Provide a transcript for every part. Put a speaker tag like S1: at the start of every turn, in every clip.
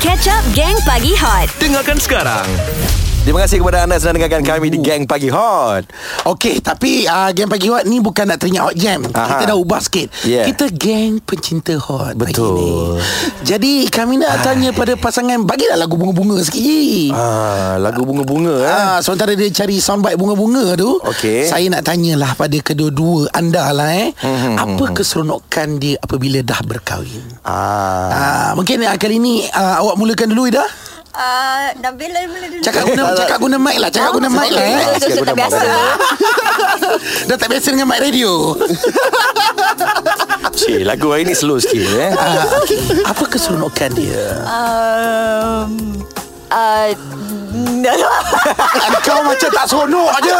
S1: Catch Up Gang Pagi Hot
S2: Dengarkan sekarang
S3: Terima kasih kepada anda sedang dengarkan kami di Gang Pagi Hot.
S4: Okey, tapi uh, geng pagi hot ni bukan nak teringat hot jam.
S3: Aha.
S4: Aha. Kita dah ubah sikit.
S3: Yeah.
S4: Kita geng pencinta hot pagi
S3: Betul.
S4: ni. Jadi kami nak tanya pada pasangan bagilah lagu bunga-bunga sikit. Ji.
S3: Ah, lagu bunga-bunga eh.
S4: Ah, sementara dia cari soundbite bunga-bunga tu
S3: Okey.
S4: Saya nak tanyalah pada kedua-dua anda lah eh hmm, Apa keseronokan dia apabila dah berkahwin?
S3: Ah.
S4: Ah, mungkin ah, kali ni ah, awak mulakan dulu Ida
S5: Uh, Nabila mula dulu.
S4: Cakap guna, cakap guna mic lah Cakap guna mic lah eh.
S3: Okey,
S5: Tak
S3: guna
S5: biasa.
S4: Dah tak biasa dengan mic radio
S3: Ah, Cik, lagu hari ni slow sikit eh.
S4: Ah, Apa keseronokan dia?
S5: Um, uh,
S4: Ah, Kau macam tak seronok je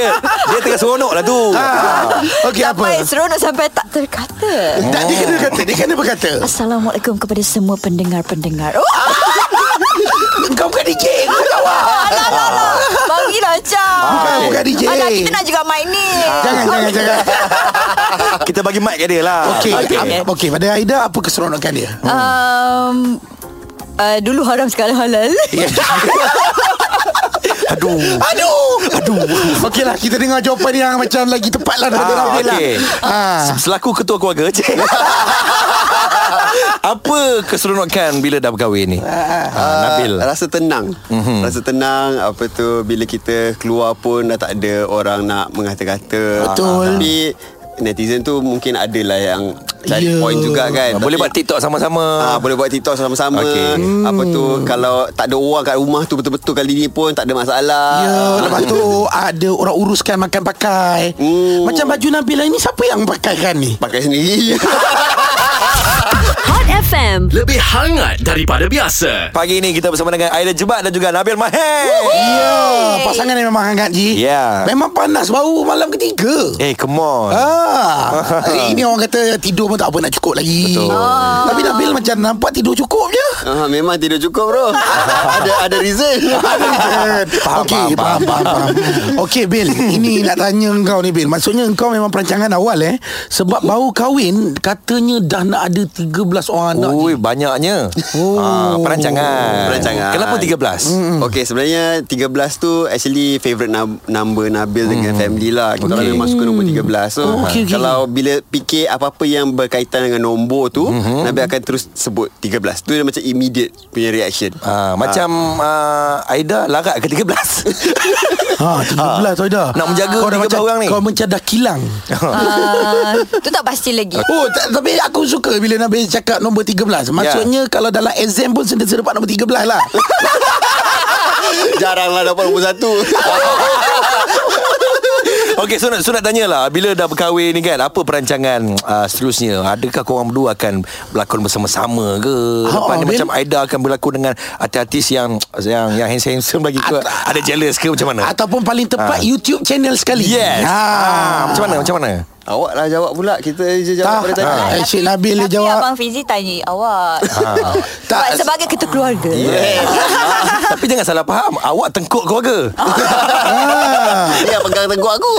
S3: Dia, dia tengah seronok lah tu.
S4: Ah. Okey apa
S5: Sampai
S4: Eh,
S5: seronok sampai tak terkata.
S4: Tak dia kena kata Dia kena berkata
S5: Assalamualaikum kepada semua pendengar-pendengar. Oh,
S4: Kau bukan DJ Kau
S5: alah,
S4: kawan
S5: alah, alah. Bagilah, Cam.
S4: Bukan, bukan Ah. DJ
S5: Alah, kita nak juga main ni.
S4: Jangan jangan jangan
S3: Kita bagi mic kat dia lah.
S4: Okey
S3: Okey.
S4: okay. okay, pada Aida Apa keseronokan dia?
S5: Um, uh, dulu haram sekarang halal.
S4: Ya.
S3: Aduh.
S4: Aduh Aduh Okey lah kita dengar jawapan yang Macam lagi tepat lah Daripada
S3: Ah,
S4: Nabil lah
S3: okey.
S4: ah.
S3: Se- Selaku ketua keluarga, Cik. Apa keseronokan bila dah berkahwin ni? Ah, Nabil.
S6: Rasa tenang mm-hmm. Rasa tenang Apa tu Bila kita keluar pun Dah tak ada orang nak mengata-kata Ah,
S4: Betul.
S6: Tapi Netizen tu mungkin adalah yang
S4: Ya.
S6: Cari yeah. point juga kan
S3: Boleh buat
S6: Tapi-
S3: TikTok
S6: Ah,
S3: sama-sama.
S6: boleh buat TikTok sama-sama
S3: Okey.
S6: okay. Apa tu Kalau tak ada orang kat rumah tu Betul-betul kali ni pun Tak ada masalah
S4: Ya Lepas tu Ada orang uruskan Makan pakai
S6: Hmm.
S4: Macam baju Nabila ni Siapa yang pakaikan ni?
S6: Pakai sendiri
S1: Hot FM
S2: Lebih hangat daripada biasa
S3: Pagi ni kita bersama dengan Aida Jebat dan juga Nabil Mahir.
S4: Ya Pasangan ni memang hangat Ji
S3: Ya.
S4: Memang panas Baru malam ketiga
S3: Eh, come on.
S4: Ah, ini orang kata tidur pun tak apa nak cukup lagi. Betul. Ah. Tapi Nabil macam nampak tidur cukup je.
S6: ah, Memang tidak cukup bro Ada ada reason
S3: Faham,
S4: Okey,
S3: faham, faham.
S4: faham, faham, faham. Okey, Bil. Ini nak tanya kau ni, Bil. Maksudnya kau memang perancangan awal eh. Sebab baru kahwin, katanya dah nak ada 13 orang anak.
S3: Ui, banyaknya. Oh. Ah, perancangan.
S6: Perancangan.
S3: Kenapa 13?
S6: Mm. Okay sebenarnya 13 tu actually favourite num- number Nabil dengan family lah. Kita orang
S3: Okay.
S6: memang suka nombor 13. So
S4: Oh, okay, okay.
S6: kalau bila fikir apa-apa yang berkaitan dengan nombor tu, mm-hmm. Nabil akan terus sebut 13. Tu dia macam immediate punya reaction.
S3: Ah, macam ah, Aida larat ke 13.
S4: Ha, 13 tu dah.
S3: Nak menjaga
S4: kau dah
S3: 13
S4: macam,
S3: orang ni.
S4: Kau macam dah kilang.
S5: Uh, tu tak pasti lagi.
S4: Oh, ta- tapi aku suka bila Nabil cakap nombor 13.
S3: Ya.
S4: Maksudnya kalau dalam exam pun sentiasa dapat nombor 13 lah.
S6: Jaranglah dapat nombor 1.
S3: Okey, so nak, so nak tanyalah bila dah berkahwin ni kan, apa perancangan ah, seterusnya? Adakah korang berdua akan berlakon bersama-sama ke? Lepas
S4: Ah,
S3: ni
S4: Bil.
S3: macam Aida akan berlakon dengan artis-artis yang yang yang handsome-handsome bagi ke? Ada jealous ke macam mana?
S4: Ataupun paling tepat
S3: Ah.
S4: YouTube channel sekali.
S3: Yes. Ah,
S4: Ha.
S3: macam mana? Macam mana?
S6: Awak lah jawab pula. Kita je jawab pada tadi.
S4: Ah, eh, Cik Nabil dia
S5: Tapi
S4: jawab Ah.
S5: Abang Fizi tanya awak.
S4: Tak.
S5: Tak, sebagai ketua keluarga.
S3: Yes. Tapi jangan salah faham. Awak tengkuk keluarga.
S4: Ah.
S3: Ah.
S6: Dia pegang tengkuk aku.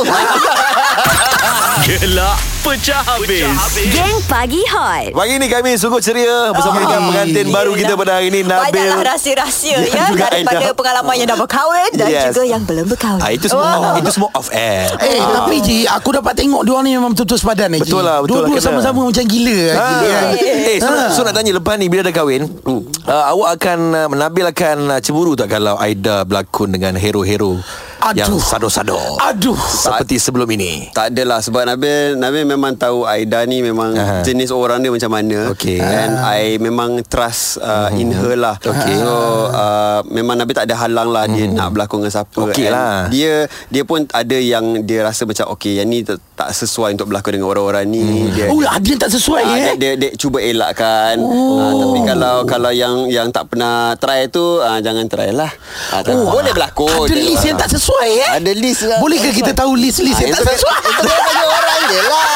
S2: Gelak pecah habis, pecah habis.
S1: Gang Pagi Hot
S3: Pagi ni kami sungguh ceria bersama
S4: Oh,
S3: dengan pengantin baru kita pada hari ini
S4: lah
S3: Nabil.
S5: Banyaklah rahsia-rahsia
S3: Dan
S5: ya
S3: juga
S5: daripada
S3: Aida.
S5: pengalaman yang dah berkahwin dan
S3: Yes.
S5: juga yang belum berkahwin.
S3: Ah itu semua
S5: Wah.
S3: oh. itu semua off air.
S4: Eh ah. tapi Ji Aku dapat tengok Diorang ni memang betul-betul sepadan eh, Ji.
S3: Betul lah, betul lah,
S4: Dua-dua
S3: kena.
S4: sama-sama macam gila
S3: Ha.
S4: gila, kan?
S3: Eh, so, so nak tanya lepas ni bila dah kahwin,
S4: Hmm.
S3: uh, awak akan uh, Nabil akan uh, cemburu tak kalau Aida berlakon dengan hero-hero
S4: Aduh.
S3: yang sado-sado
S4: Aduh
S3: seperti sebelum ini?
S6: Tak adalah sebab Nabil Nabil memang tahu Aida ni memang
S3: Aha.
S6: uh-huh. jenis orang dia macam mana
S3: Okey.
S6: and
S4: Ah.
S6: I memang trust uh,
S4: Mhm.
S6: uh-huh. in her lah
S3: Okey.
S6: so uh, memang Nabil tak ada halang lah dia
S4: Mhm.
S6: nak berlakon dengan siapa
S3: Okey
S6: And
S3: lah.
S6: dia dia pun ada yang dia rasa macam okey yang ni tak, tak sesuai untuk berlakon dengan orang-orang ni dia
S3: Eh.
S4: Oh ada yang tak sesuai
S6: Ah,
S4: eh
S6: dia, dia, dia cuba elakkan oh. tapi kalau kalau yang yang tak pernah try tu ah, jangan try lah Ah, tak-
S4: Oh.
S6: boleh berlakon
S4: Ada list
S3: lah.
S4: yang tak sesuai eh
S6: Ada list lah.
S4: Bolehkah kita tahu list-list
S3: Ah,
S4: yang tak sesuai
S6: itu tanya orang je lah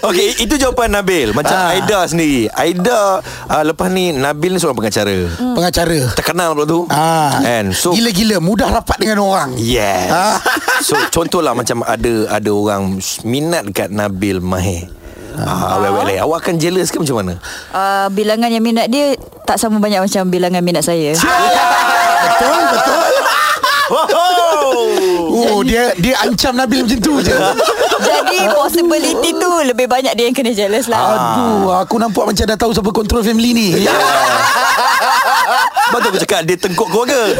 S3: Okey, itu jawapan Nabil. Macam
S4: Ah.
S3: Aida sendiri. Aida uh, lepas ni Nabil ni seorang pengacara.
S4: Pengacara
S3: Terkenal pula tu.
S4: Ah,
S3: And so
S4: Gila-gila Mudah rapat dengan orang
S3: Yes.
S4: Ah.
S3: so contohlah macam ada ada orang minat dekat Nabil Mahir. Ah, well, well, eh. awak akan jealous ke macam mana?
S5: Uh, bilangan yang minat dia tak sama banyak macam bilangan minat saya.
S4: Betul betul. Oh dia dia ancam Nabil macam tu je.
S5: Jadi possibility tu lebih banyak dia yang kena jealous
S3: Ah,
S5: lah.
S4: Aduh, aku nampak macam dah tahu siapa kontrol family ni.
S3: Sebab tu aku cakap Dia tengkuk keluarga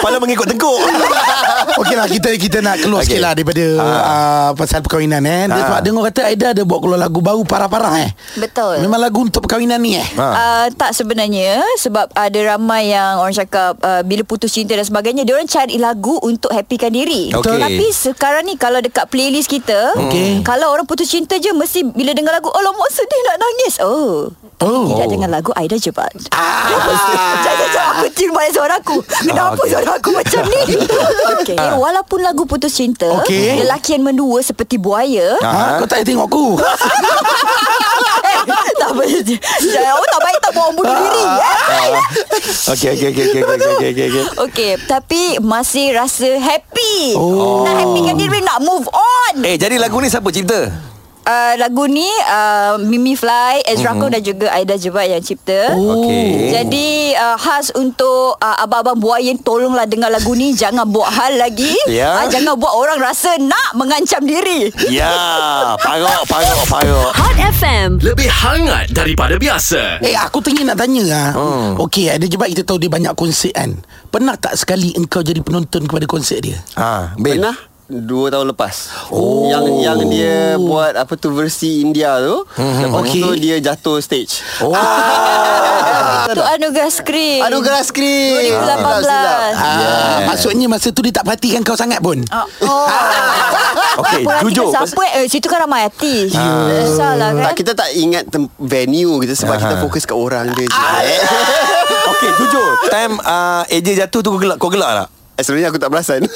S3: Kepala mengikut tengkuk
S4: Okey lah kita kita nak keluar
S3: Okey.
S4: okay. sikit lah daripada uh, pasal perkahwinan eh. Dia
S3: Ah.
S4: sebab dengar kata Aida ada buat keluar lagu baru parah-parah eh.
S5: Betul.
S4: Memang lagu untuk perkahwinan ni eh.
S5: Uh, tak sebenarnya sebab ada ramai yang orang cakap uh, bila putus cinta dan sebagainya dia orang cari lagu untuk happykan diri.
S3: Betul.
S5: Tapi sekarang ni kalau dekat playlist kita Hmm.
S4: Okey.
S5: kalau orang putus cinta je mesti bila dengar lagu alamak sedih nak nangis. Oh.
S4: Oh.
S5: Tidak dengan lagu Aida Jebat. Ah. Jangan jangan aku tiru balik suara aku. Kenapa
S3: okey.
S5: suara aku macam ni? Okey, eh, walaupun lagu putus cinta,
S4: Okey.
S5: lelaki yang mendua seperti buaya,
S4: Ha, kau tak payah tengok aku.
S5: Eh, tak apa Jangan awak tak baik tak buang bunuh diri eh.
S3: Ah. Okey okey okey okey okey okey okey okey.
S5: Okey Tapi masih rasa happy
S4: Oh.
S5: Nak happy kan diri Nak move on
S3: Eh jadi lagu ni siapa cipta?
S5: uh, Lagu ni uh, Mimi Fly Ezra mm. dan juga Aida Jebat yang cipta
S3: Oh. Okey.
S5: Jadi uh, khas untuk uh, abang-abang buaya tolonglah dengar lagu ni jangan buat hal lagi.
S3: Ya.
S5: Ah, jangan buat orang rasa nak mengancam diri.
S3: Ya, parok parok parok.
S1: Hot FM.
S2: Lebih hangat daripada biasa.
S4: Eh aku tengah nak tanya ah. Hmm. Okey, ada jebat kita tahu dia banyak konsert kan. Pernah tak sekali engkau jadi penonton kepada konsert dia?
S3: Ha, Bil.
S6: Pernah Dua tahun lepas oh. Yang yang dia buat Apa tu Versi India tu mm-hmm. Lepas
S4: Okey.
S6: okay. tu dia jatuh stage
S3: Oh.
S5: Itu anugerah skrin.
S6: Anugerah skrin
S5: 2018.
S4: Ah, maksudnya masa tu dia tak perhatikan kau sangat pun.
S5: Ah, Oh.
S3: Okey,
S5: Orang
S3: jujur.
S5: kita Siapa eh, situ kan ramai hati. Yeah. Salah kan?
S6: tak, kita tak ingat tem- venue kita sebab kita fokus kat orang dia je. eh.
S3: Okey, jujur. Time uh, AJ jatuh tu kau gelak, kau gelak tak?
S6: Eh, sebenarnya aku tak perasan.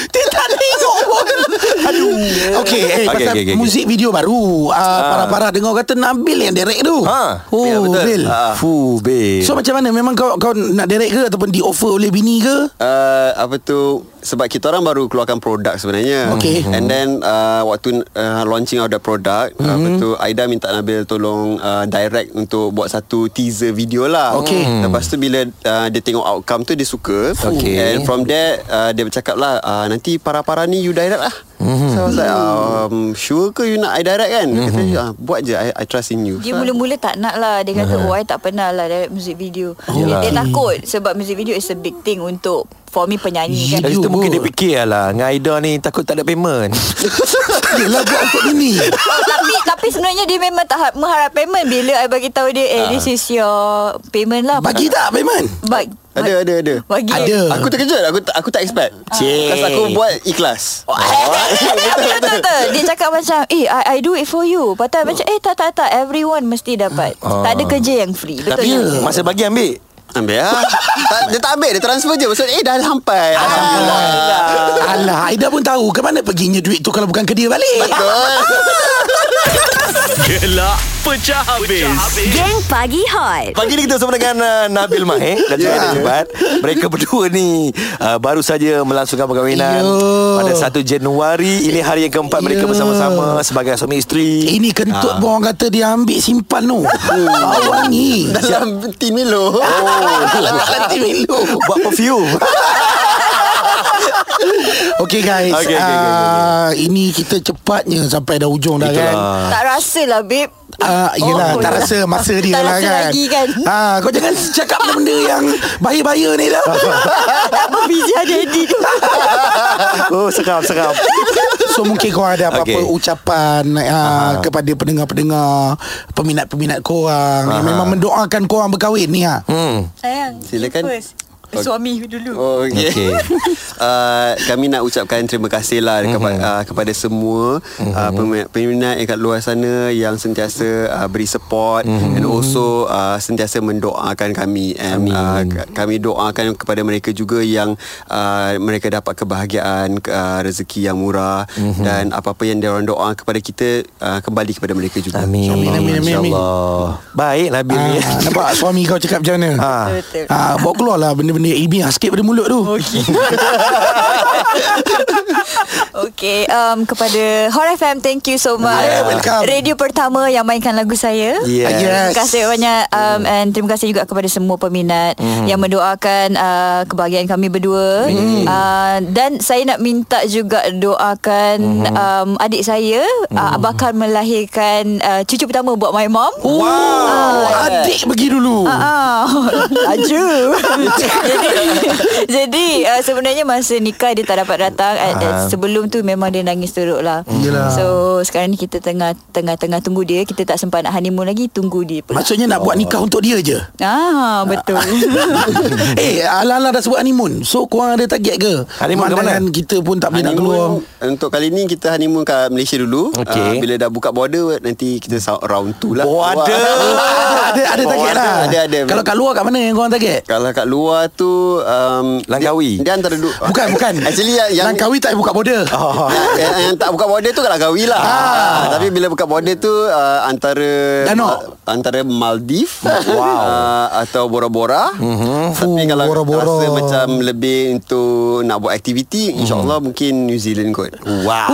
S4: Dia tak tengok pun Aduh Okay, eh,
S3: Okay,
S4: okay Pasal
S3: okay,
S4: okay,
S3: okay.
S4: okay, Muzik video baru uh, Parah-parah Dengar kata Nabil yang direct tu
S3: Ha.
S4: Oh
S6: Ah. Ya, betul.
S4: Bil
S6: Ha. Ah.
S3: Fu, Bil.
S4: So macam mana Memang kau kau nak direct ke Ataupun di offer oleh bini ke
S6: uh, apa tu sebab kita orang baru keluarkan produk sebenarnya.
S4: Okay.
S6: And then uh, waktu uh, launching of the product, mm-hmm. apa tu Aida minta Nabil tolong uh, direct untuk buat satu teaser video lah.
S4: Okay.
S6: Mm. Lepas tu bila uh, dia tengok outcome tu dia suka.
S3: Okay.
S6: And from there uh, dia bercakap lah uh, nanti para-para ni you direct lah. Mm-hmm. So I was like um, sure ke you nak I direct kan? Mm-hmm. Kata ah, buat je I, I trust in you.
S5: Dia mula-mula tak nak lah Dia kata Oh I tak pernah lah Direct music video dia, dia takut Sebab music video Is a big thing Untuk For me penyanyi kan
S3: Dari
S4: You
S3: situ mungkin
S4: kot.
S3: dia fikir lah Dengan Aida ni takut tak ada payment
S4: Yelah buat untuk bini
S5: Oh, tapi tapi sebenarnya dia memang tak ha-, mengharap payment bila I bagi tahu dia eh
S4: Ah.
S5: this is your payment lah
S4: Bagi tak payment
S5: Ba-
S6: Ada ada ada.
S5: bagi
S4: Ada.
S6: Aku terkejut Aku aku tak expect
S3: Cik.
S6: Because aku buat ikhlas
S5: Betul, betul, betul. Dia cakap macam Eh I, I do it for you Patut macam Eh tak tak tak Everyone mesti dapat
S4: Ah.
S5: Tak ada kerja yang free Betul
S3: Tapi
S5: tak?
S4: ya.
S3: masa bagi ambil
S6: Ambil lah tak, Dia tak ambil Dia transfer je Maksud eh dah sampai Alhamdulillah
S4: Alah Aida pun tahu Ke mana perginya duit tu Kalau bukan ke dia balik
S2: Gelak pecah habis.
S1: Gang Pagi Hot.
S3: Pagi ni kita bersama dengan uh, Nabil Mahir Dan
S4: Ya.
S3: juga Aida Jebat Mereka berdua ni uh, Baru saja melangsungkan perkahwinan
S4: Yo.
S3: Pada 1 Januari Ini hari yang keempat mereka
S4: Yo.
S3: bersama-sama Sebagai suami isteri
S4: Ya. Ini kentut
S6: Ah.
S4: pun orang kata Dia ambil simpan
S6: Oh.
S4: tu Bau wangi
S6: Dalam tin Milo Oh.
S4: Alat-alat timin
S3: Buat perfume
S4: Okay guys
S3: Okay, okay,
S4: okay, okay,
S3: okay,
S4: uh, Ini kita cepatnya Sampai dah hujung dah kan
S3: Itulah.
S5: Tak rasa lah babe
S4: Ah, uh, yelah
S5: Oh.
S4: oh, tak rasa masa dia
S5: Tak
S4: lah
S5: rasa
S4: kan.
S5: lagi kan?
S4: Ah, kau jangan cakap benda-benda yang bahaya-bahaya ni lah.
S5: Tak apa busy ada Eddie tu
S3: Oh seram seram
S4: so mungkin kau ada apa-apa
S3: Okay.
S4: okay. ucapan uh, kepada pendengar-pendengar, peminat-peminat korang yang memang mendoakan korang berkahwin ni ah.
S3: Hmm
S5: Sayang
S6: Silakan.
S5: you first. Suami dulu
S6: Oh, okay.
S3: Okey.
S6: okay. uh, kami nak ucapkan terima kasih lah
S3: Mhm.
S6: mm-hmm. kepada, uh, kepada semua mm-hmm. uh, peminat, peminat yang kat luar sana yang sentiasa uh, beri
S3: Mhm.
S6: support mm-hmm. and also uh, sentiasa mendoakan kami and uh, k- kami doakan kepada mereka juga yang uh, mereka dapat kebahagiaan ke- uh, rezeki yang murah
S3: Mhm.
S6: mm-hmm. dan apa-apa yang diorang doa kepada kita uh, kembali kepada mereka juga.
S3: Amin
S4: Amin, amin, amin, amin.
S3: InsyaAllah Baik Nabil
S4: Ah,
S3: ni
S4: nampak suami kau cakap macam mana?
S3: Ah.
S5: Betul
S4: Ah, bawa keluar lah benda-benda yang ilmiah sikit pada mulut tu.
S5: Okay um, Kepada Hot FM Thank you so much
S4: Yeah, welcome.
S5: Radio pertama Yang mainkan lagu saya
S6: Yes.
S5: Terima kasih banyak um, And terima kasih juga Kepada semua peminat Yang mendoakan uh, Kebahagiaan kami berdua uh, Dan saya nak minta juga Doakan um, Adik saya uh, Bakal melahirkan uh, Cucu pertama Buat my mom
S4: Wow Adik pergi dulu
S5: Ah, laju. jadi jadi uh, sebenarnya masa nikah dia tak dapat datang uh, uh, sebelum tu memang dia nangis teruk lah.
S4: Ah. Hmm. Yelah.
S5: So sekarang ni kita tengah tengah tengah tunggu dia, kita tak sempat nak honeymoon lagi, tunggu dia pula.
S4: Maksudnya nak buat nikah untuk dia je
S5: Ah, betul.
S4: Eh Alah-alah dah sebut honeymoon So korang ada target ke
S3: Honeymoon ke
S4: Pemandangan kita pun tak boleh nak keluar
S6: Honeymoon, Untuk kali ni kita honeymoon kat Malaysia dulu.
S3: Okey.
S6: Ah, bila dah buka border nanti kita sa- round 2 lah.
S3: Oh, ada.
S6: Wah.
S4: ada, ada
S6: Oh,
S4: target lah
S6: Ada ada.
S4: Kalau kat luar kat mana yang korang target
S6: kalau kat luar tu um,
S3: Langkawi.
S6: Dia, dia antara dua
S4: Bukan bukan
S6: Actually yang, yang
S4: Langkawi tak buka border oh.
S6: yang, yang, yang tak buka border tu kat Langkawi lah ah. Tapi bila buka border tu uh, Antara
S4: Danau.
S6: Antara Maldives wow. uh, Atau Bora Bora mm-hmm. Tapi
S4: Mhm. Fuh,
S6: kalau
S4: Bora Bora.
S6: rasa macam Lebih untuk Nak buat aktiviti InsyaAllah mungkin New Zealand kot Wow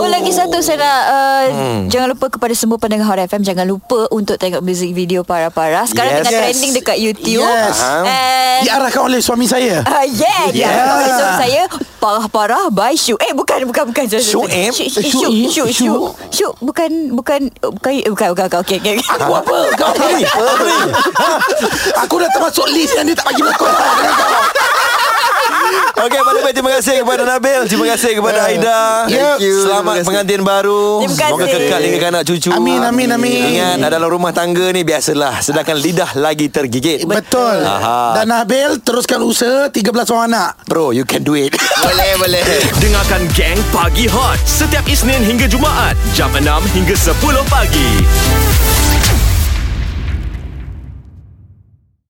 S5: oh, lagi satu saya nak uh,
S4: Hmm.
S5: jangan lupa kepada semua pendengar Hot FM jangan lupa untuk tengok music video para-para. Sekarang
S3: Yes.
S5: yes. tengah
S3: Yes.
S5: trending dekat YouTube.
S4: Yes. Ya,
S5: And
S4: Diarahkan oleh suami saya
S5: Ah, yeah, yeah.
S4: Yeah.
S5: yeah. So saya parah-parah by Syuk. Eh bukan bukan bukan. Syuk
S3: Syuib?
S5: Syuk
S4: Syuib?
S5: Syuk Syuk Syuk. Syuk bukan bukan eh, bukan eh, bukan bukan. bukan. Okey okey.
S4: Aku apa Kau apa ni Apa ni? Ha? Aku dah termasuk list Yang dia tak bagi belakang
S3: Okey, pada baik terima kasih kepada Nabil, terima kasih kepada Aida.
S6: Thank you.
S3: Selamat
S6: Terima kasih.
S3: pengantin baru.
S5: Terima kasih.
S3: Semoga kekal hingga ke anak cucu.
S4: Amin, amin, amin.
S3: Ingat ada dalam rumah tangga ni biasalah, sedangkan lidah lagi tergigit.
S4: Betul
S3: Aha.
S4: Dan Nabil Teruskan usaha 13 orang anak
S3: Bro, you can do it.
S6: Boleh boleh
S2: Dengarkan Gang Pagi Hot setiap Isnin hingga Jumaat jam 6 hingga 10 pagi.